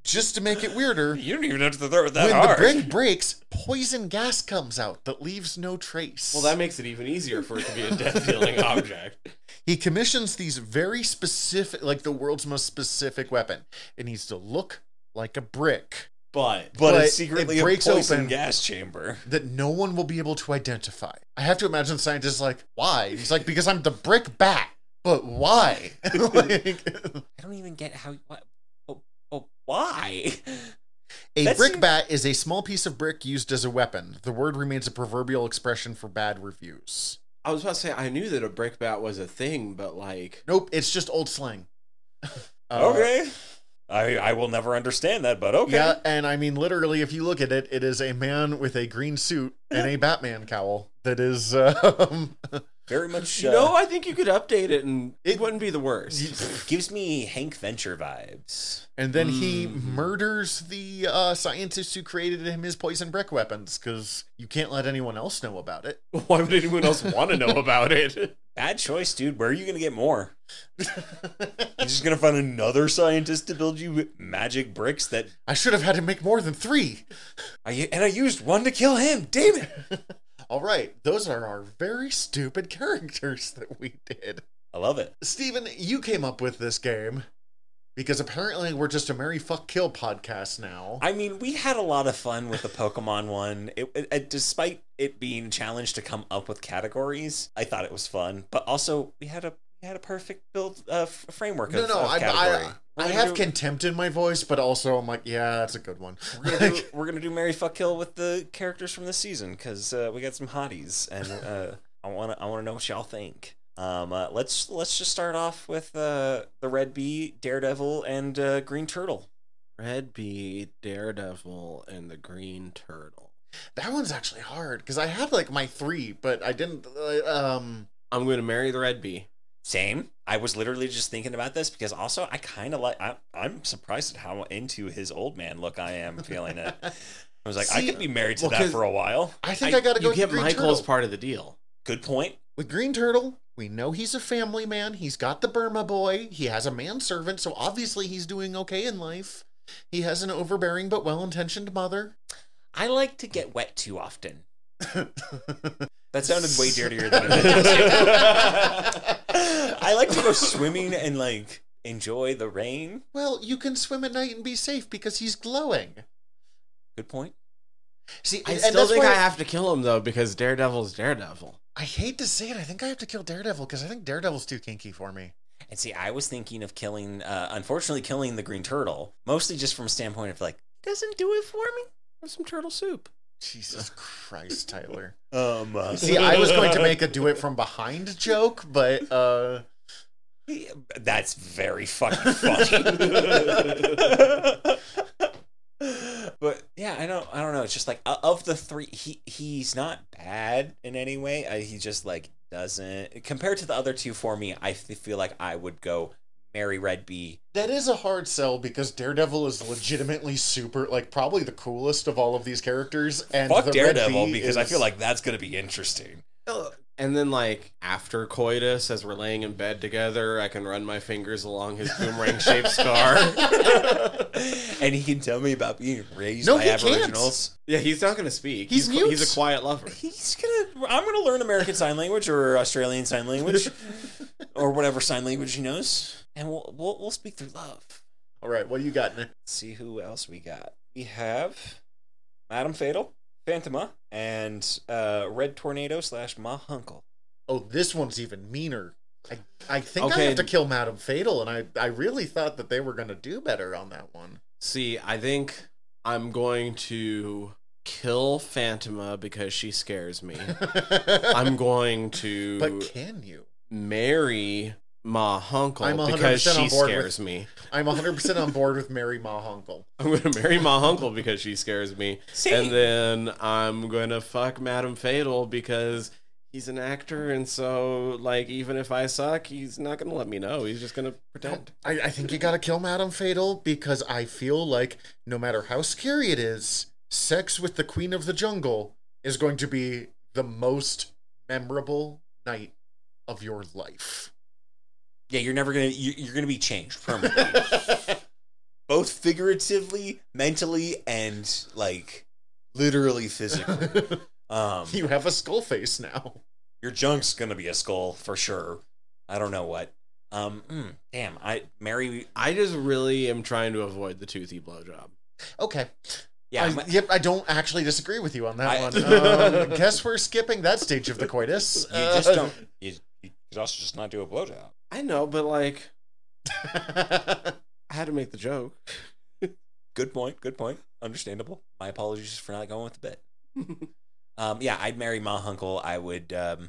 A: just to make it weirder,
C: You don't even have to throw it that
A: when
C: hard.
A: the brick breaks, poison gas comes out that leaves no trace.
B: Well, that makes it even easier for it to be a death dealing object.
A: he commissions these very specific, like the world's most specific weapon. It needs to look like a brick
B: But
C: but,
A: But
C: it's secretly
A: it breaks
C: a poison
A: open.
C: gas chamber.
A: that no one will be able to identify. I have to imagine scientists like, why? He's like, because I'm the brick bat. But why? like,
C: I don't even get how. What, oh, oh, why?
A: A
C: That's-
A: brickbat is a small piece of brick used as a weapon. The word remains a proverbial expression for bad reviews.
B: I was about to say I knew that a brickbat was a thing, but like
A: Nope, it's just old slang. Uh,
C: okay. I I will never understand that, but okay.
A: Yeah, and I mean, literally, if you look at it, it is a man with a green suit and a Batman cowl that is. Um,
C: Very much.
B: you
C: Uh,
B: know, I think you could update it and it
A: It-
B: wouldn't be the worst.
C: gives me Hank Venture vibes.
A: and then he
B: Mm.
A: murders the uh, scientist who created him his poison brick weapons because you can't let anyone else know about it.
B: Why would anyone else want to know about it?
C: Bad choice, dude. Where are you going to get more? You're just going to find another scientist to build you magic bricks that.
A: I should have had him make more than three.
C: I, u- and I used one to kill him. Damn it.
A: All right, those are our very stupid characters that we did.
C: I love it.
A: Steven, you came up with this game because apparently we're just a merry fuck kill podcast now.
C: I mean, we had a lot of fun with the Pokemon one. It, it, it- despite it being challenged to come up with categories, I thought it was fun. But also, we had a we had a perfect build uh, f- framework
A: no,
C: of,
A: no,
C: of
A: I,
C: category.
A: I, I have contempt in my voice, but also I'm like, yeah, that's a good one.
C: we're gonna do, we're gonna do Mary Fuck Kill with the characters from this season because uh, we got some hotties, and uh, I want to I want to know what y'all think. Um, uh, let's let's just start off with uh, the Red Bee, Daredevil, and uh, Green Turtle.
B: Red Bee, Daredevil, and the Green Turtle.
A: that one's actually hard because I had like my three, but I didn't. Uh, um,
B: I'm going to marry the Red Bee.
C: Same. I was literally just thinking about this because also I kind of like I, I'm surprised at how into his old man look I am feeling it. I was like, I
A: See,
C: could be married to
B: well,
C: that
B: 'cause
C: for a while.
A: I think I, gotta go
B: You
A: with the
B: get
A: Green
B: Michael's
A: Turtle.
B: part of the deal.
C: Good point.
A: With Green Turtle, we know he's a family man. He's got the Burma boy. He has a manservant, so obviously he's doing okay in life. He has an overbearing but well intentioned mother.
C: I like to get wet too often. That sounded way dirtier than it is. I like to go swimming and like enjoy the rain.
A: well, you can swim at night and be safe because he's glowing.
C: Good point.
A: See,
B: I
A: and
B: still
A: that's
B: think
A: why
B: I have to kill him though because Daredevil's Daredevil.
A: I hate to say it. I think I have to kill Daredevil because I think Daredevil's too kinky for me.
C: And see, I was thinking of killing, uh, unfortunately, killing the green turtle, mostly just from a standpoint of like, doesn't do it for me.
B: Have some turtle soup.
A: Jesus Christ, Tyler.
C: Um, uh,
A: See, I was going to make a do it from behind joke, but uh
C: That's very fucking funny. but yeah, I don't, I don't know. It's just like o- of the three, he he's not bad in any way. I, he just like doesn't compared to the other two for me. I f- feel like I would go Mary Red Bee.
A: that is a hard sell because Daredevil is legitimately super like probably the coolest of all of these characters and
C: Fuck
A: the
C: Daredevil
A: Red Bee
C: because I
A: is-
C: feel like that's gonna be interesting.
B: And then like after coitus, as we're laying in bed together, I can run my fingers along his boomerang shaped scar.
C: and he can tell me about being raised
A: No,
C: by
A: he can't.
C: Aboriginals.
B: Yeah, he's not gonna speak.
A: He's
B: qui-
A: mute.
B: he's a quiet lover.
C: He's gonna. I'm gonna learn American Sign Language or Australian Sign Language, or whatever sign language he knows, and we'll we'll, we'll speak through love.
A: All right, what do you got? Nick?
C: Let's see who else we got. We have Madam Fatal, Phantoma, and uh, Red Tornado slash Ma Hunkle.
A: Oh, this one's even meaner. I I think I
B: Okay.
A: have to kill Madame Fatal and I I really thought that they were going to do better on that one.
B: See, I think I'm going to kill Phantoma because she scares me. I'm going to
A: but can you?
B: marry Ma Hunkle
A: I'm 100%
B: because
A: on
B: she
A: board
B: scares me.
A: I'm 100% on board with Mary Ma Hunkle.
B: I'm going to marry Ma Hunkle because she scares me. And then I'm going to fuck Madam Fatal because he's an actor. And so, like, even if I suck, he's not going to let me know. He's just going to pretend.
A: I, I think you gotta kill Madame Fatal because I feel like no matter how scary it is, sex with the Queen of the Jungle is going to be the most memorable night of your life.
C: Yeah, you're never gonna. you- You're gonna be changed permanently, both figuratively, mentally, and like literally physically. Um,
A: you have a skull face now.
C: your junk's gonna be a skull for sure. I don't know what. Um, mm, damn, I Mary.
B: I just really am trying to avoid the toothy blowjob.
A: Okay.
C: Yeah,
A: I,
C: I'm-
A: yep. I don't actually disagree with you on that
C: I-
A: one. Um, guess we're skipping that stage of the coitus.
C: you just don't. You, you could also just not do a blowjob.
B: I know, but like,
A: don't.
B: I had to make the joke.
C: Good point. Good point. Understandable. My apologies for not going with the bit. Um, yeah, I'd marry Ma Hunkel. I would. Um,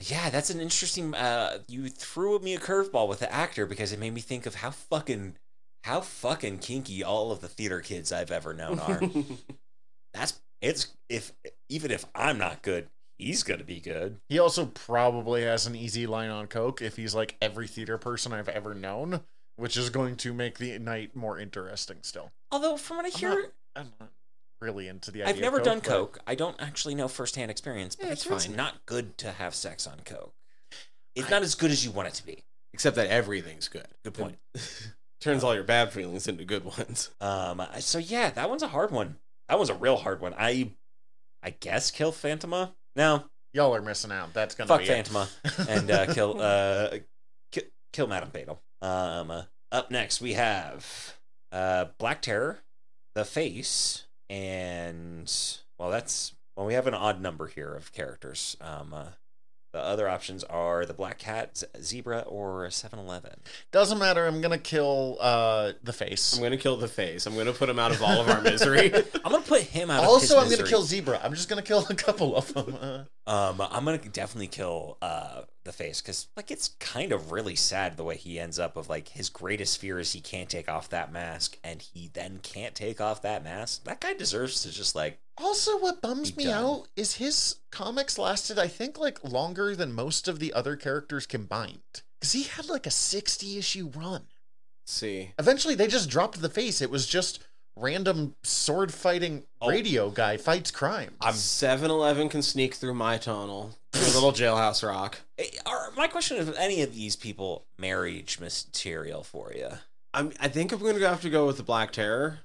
C: yeah, that's an interesting. Uh, you threw me a curveball with the actor because it made me think of how fucking, how fucking kinky all of the theater kids I've ever known are. that's it's if even if I'm not good, he's gonna be good.
A: He also probably has an easy line on coke if he's like every theater person I've ever known, which is going to make the night more interesting. Still,
C: Although from what I
A: not
C: hear,
A: I'm not really into the idea.
C: I've never
A: of
C: done
A: but-
C: coke. I don't actually know firsthand experience, but
B: Yeah,
C: I
B: it's
C: hear it's
B: fine.
C: not good to have sex on coke. It's
A: I-
C: not as good as you want it to be.
B: Except that everything's good.
C: Good point.
B: Turns all your bad feelings into good ones.
C: Um. I- So yeah, that one's a hard one. That one's a real hard one. I, I guess kill Phantoma. No,
A: Y'all are missing out. That's gonna
C: fuck
A: be it.
C: Phantoma and uh, kill uh, ki- kill Madame Fatal. Um. uh, Up next we have uh Black Terror, the Face, and well that's well we have an odd number here of characters. Um. Uh, the other options are the Black Cat, Z- Zebra, or Seven Eleven.
A: Doesn't matter. I'm gonna kill uh the face.
B: I'm gonna kill the face. I'm gonna put him out of all of our misery.
C: I'm gonna put him out. of his
A: also, I'm gonna
C: misery.
A: kill zebra. I'm just gonna kill a couple of them. Uh,
C: Um, I'm gonna definitely kill uh the face because like it's kind of really sad the way he ends up of like his greatest fear is he can't take off that mask and he then can't take off that mask. That guy deserves to just like
A: also, what bums
C: Be
A: me
C: done.
A: out is his comics lasted, I think, like longer than most of the other characters combined. Because he had like a 60 issue run.
B: see,
A: Eventually, they just dropped the face. It was just random sword fighting
C: Oh.
A: radio guy fights crime.
B: I'm 7-Eleven can sneak through my tunnel. Your little jailhouse rock.
C: Eh, are, my question is any of these people marriage material for you?
B: I'm, I think I'm gonna have to go with the Black Terror.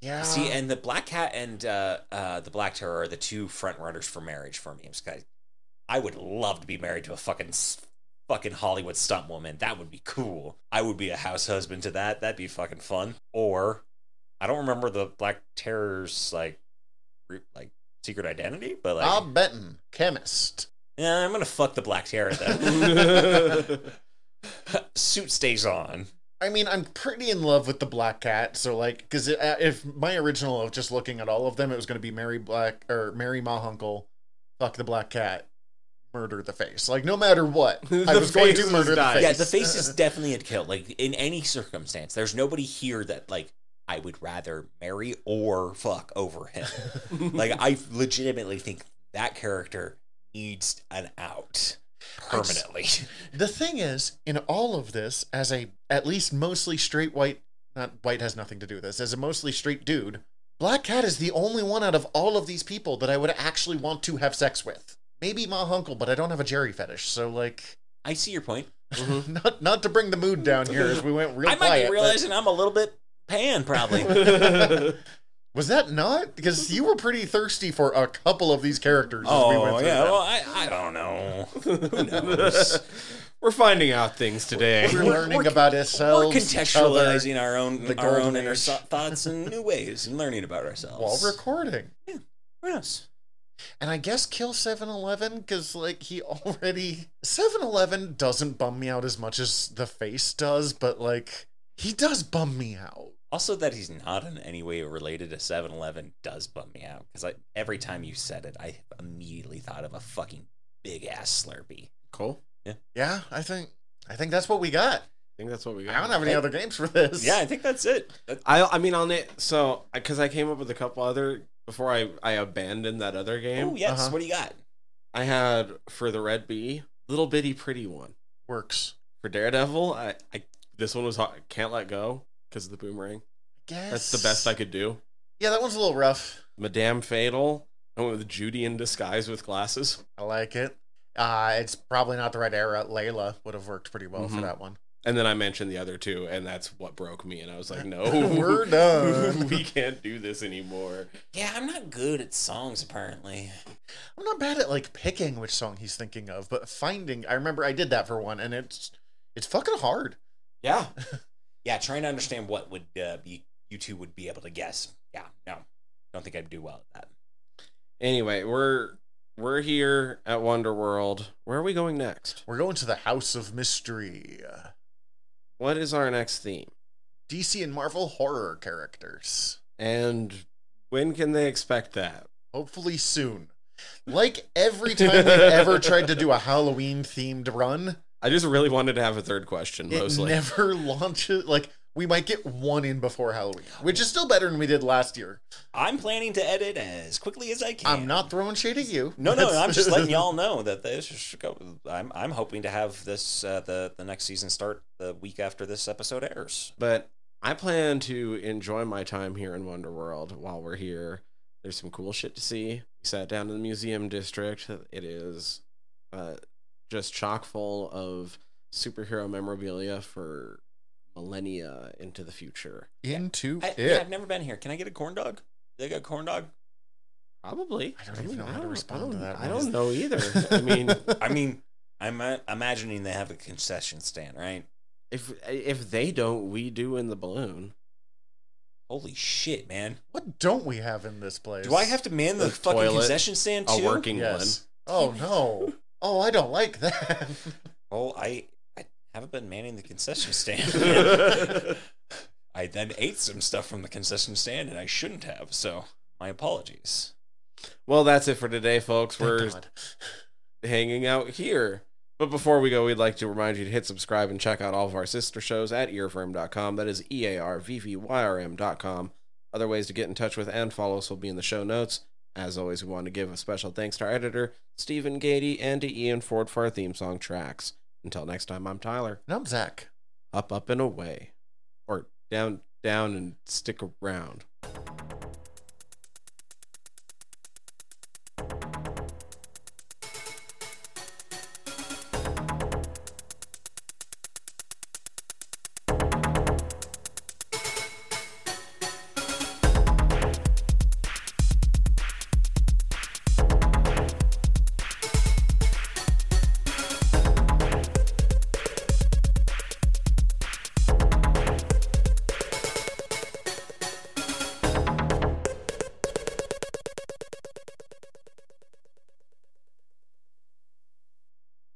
A: Yeah.
C: See, and the black cat and uh uh the black terror are the two front runners for marriage for me. I'm just kinda- I would love to be married to a fucking s- fucking Hollywood stunt woman. That would be cool. I would be a house husband to that. That'd be fucking fun. Or I don't remember the black terror's like re- like secret identity, but like
A: Bob Benton, chemist.
C: yeah, I'm gonna fuck the black terror though.
B: I
C: Suit stays on.
A: I mean, I'm pretty in love with the Black Cat, so like, because if my original of just looking at all of them, it was going to be Mary Black or Mary Mahunkel, fuck the Black Cat, murder the face. Like, no matter what, I
B: The
A: was going to
B: face
A: murder
B: is
A: the
B: dying.
A: face.
C: Yeah, the face is definitely a kill. Like in any circumstance, there's nobody here that like I would rather marry or fuck over him. like I legitimately think that character needs an out permanently.
A: the thing is, in all of this, as a at least mostly straight white, not white has nothing to do with this. As a mostly straight dude, Black Cat is the only one out of all of these people that I would actually want to have sex with. Maybe Mahunkel, but I don't have a Jerry fetish, so like.
C: I see your point.
A: not not to bring the mood down here as we went real
C: I might
A: quiet.
C: be
A: but-
C: realizing I'm a little bit pan probably.
A: was that not because you were pretty thirsty for a couple of these characters? as we went
C: oh
A: through
C: yeah,
A: them.
C: well I, I don't know. Who knows?
B: We're finding out things today.
A: we're,
C: we're-
A: learning
C: we're-
A: about
C: We're
A: ourselves, each other,
C: contextualizing our own
A: the
C: our own
A: golden
C: inner
A: age.
C: so- thoughts in new ways and learning about
A: while
C: ourselves.
A: recording.
C: Who knows?
A: And I guess kill 7-Eleven because like he already 7-Eleven doesn't bum me out as much as the face does, but like he does bum me out.
C: Also, that he's not in any way related to 7 Eleven does bum me out because every time you said it, I immediately thought of a fucking big ass Slurpee.
B: Cool.
A: Yeah, I think I think that's what we got.
B: I think that's what we got.
A: I don't have any
C: Hey.
A: other games for this.
C: Yeah, I think that's it. That-
B: I I mean on it so because I came up with a couple other before I I abandoned that other game.
C: oh, yes.
A: Uh-huh.
C: What do you got?
B: I had for the red bee little bitty pretty one
A: works.
B: for Daredevil. I, I this one was hard. can't let go because of the boomerang.
A: Guess
B: That's the best I could do.
A: Yeah, that one's a little rough.
B: Madame Fatal. I went with Judy in disguise with glasses.
A: I like it. Uh, it's probably not the right era. Layla would have worked pretty well for
B: Mhm.
A: that one.
B: And then I mentioned the other two, and that's what broke me. And I was like, no,
A: We're done.
B: we can't do this anymore.
C: Yeah, I'm not good at songs, apparently.
A: I'm not bad at like picking which song he's thinking of, but finding. I remember I did that for one, and it's it's fucking hard.
C: Yeah. yeah, trying to understand what would uh, be you two would be able to guess. Yeah, no. Don't think I'd do well at that.
B: Anyway, we're we're here at Wonder World. Where are we going next?
A: uh, We're going to the House of Mystery.
B: What is our next theme?
A: DC and Marvel horror characters.
B: And when can they expect that?
A: Hopefully soon. Like every time they've ever tried to do a Halloween themed run,
B: I just really wanted to have a third question, mostly.
A: it never launches. Like we might get one in before Halloween, which is still better than we did last year.
C: I'm planning to edit as quickly as I can.
A: I'm not throwing shade at you.
C: No, no,
A: That's-
C: I'm just letting y'all know that this. is- I'm I'm hoping to have this uh, the the next season start the week after this episode airs.
B: But I plan to enjoy my time here in Wonderworld while we're here. There's some cool shit to see. We sat down in the museum district. It is uh, just chock full of superhero memorabilia for millennia into the future.
A: into
C: I, yeah,
A: it.
C: I've never been here. Can I get a corn dog? They got corn dog.
B: Probably.
A: I don't even know how to
B: don't-
A: respond
B: I
A: to
B: don't-
A: that
B: I
A: one.
B: don't know either. I mean,
C: I mean, I'm uh, imagining they have a concession stand, right?
B: if if they don't, we do in the balloon.
C: Holy shit, man!
A: what don't we have in this place?
C: Do I have to man the,
B: The
C: fucking
B: toilet,
C: concession stand
B: A
C: too?
B: working
A: Yes. Oh no. Oh, I don't like that.
C: Well, I I haven't been manning the concession stand.
B: one.
C: I then ate some stuff from the concession stand, and I shouldn't have. So my apologies.
B: well, that's it for today, folks.
A: Thank
B: We're
A: God.
B: hanging out here. But before we go, we'd like to remind you to hit subscribe and check out all of our sister shows at earfirm.com. That is E A R V V Y R M.com. Other ways to get in touch with and follow us will be in the show notes. As always, we want to give a special thanks to our editor, Stephen Gady, and to Ian Ford for our theme song tracks. Until next time, I'm Tyler.
A: And I'm Zach.
B: Up, up, and away. Or down, down, and stick around.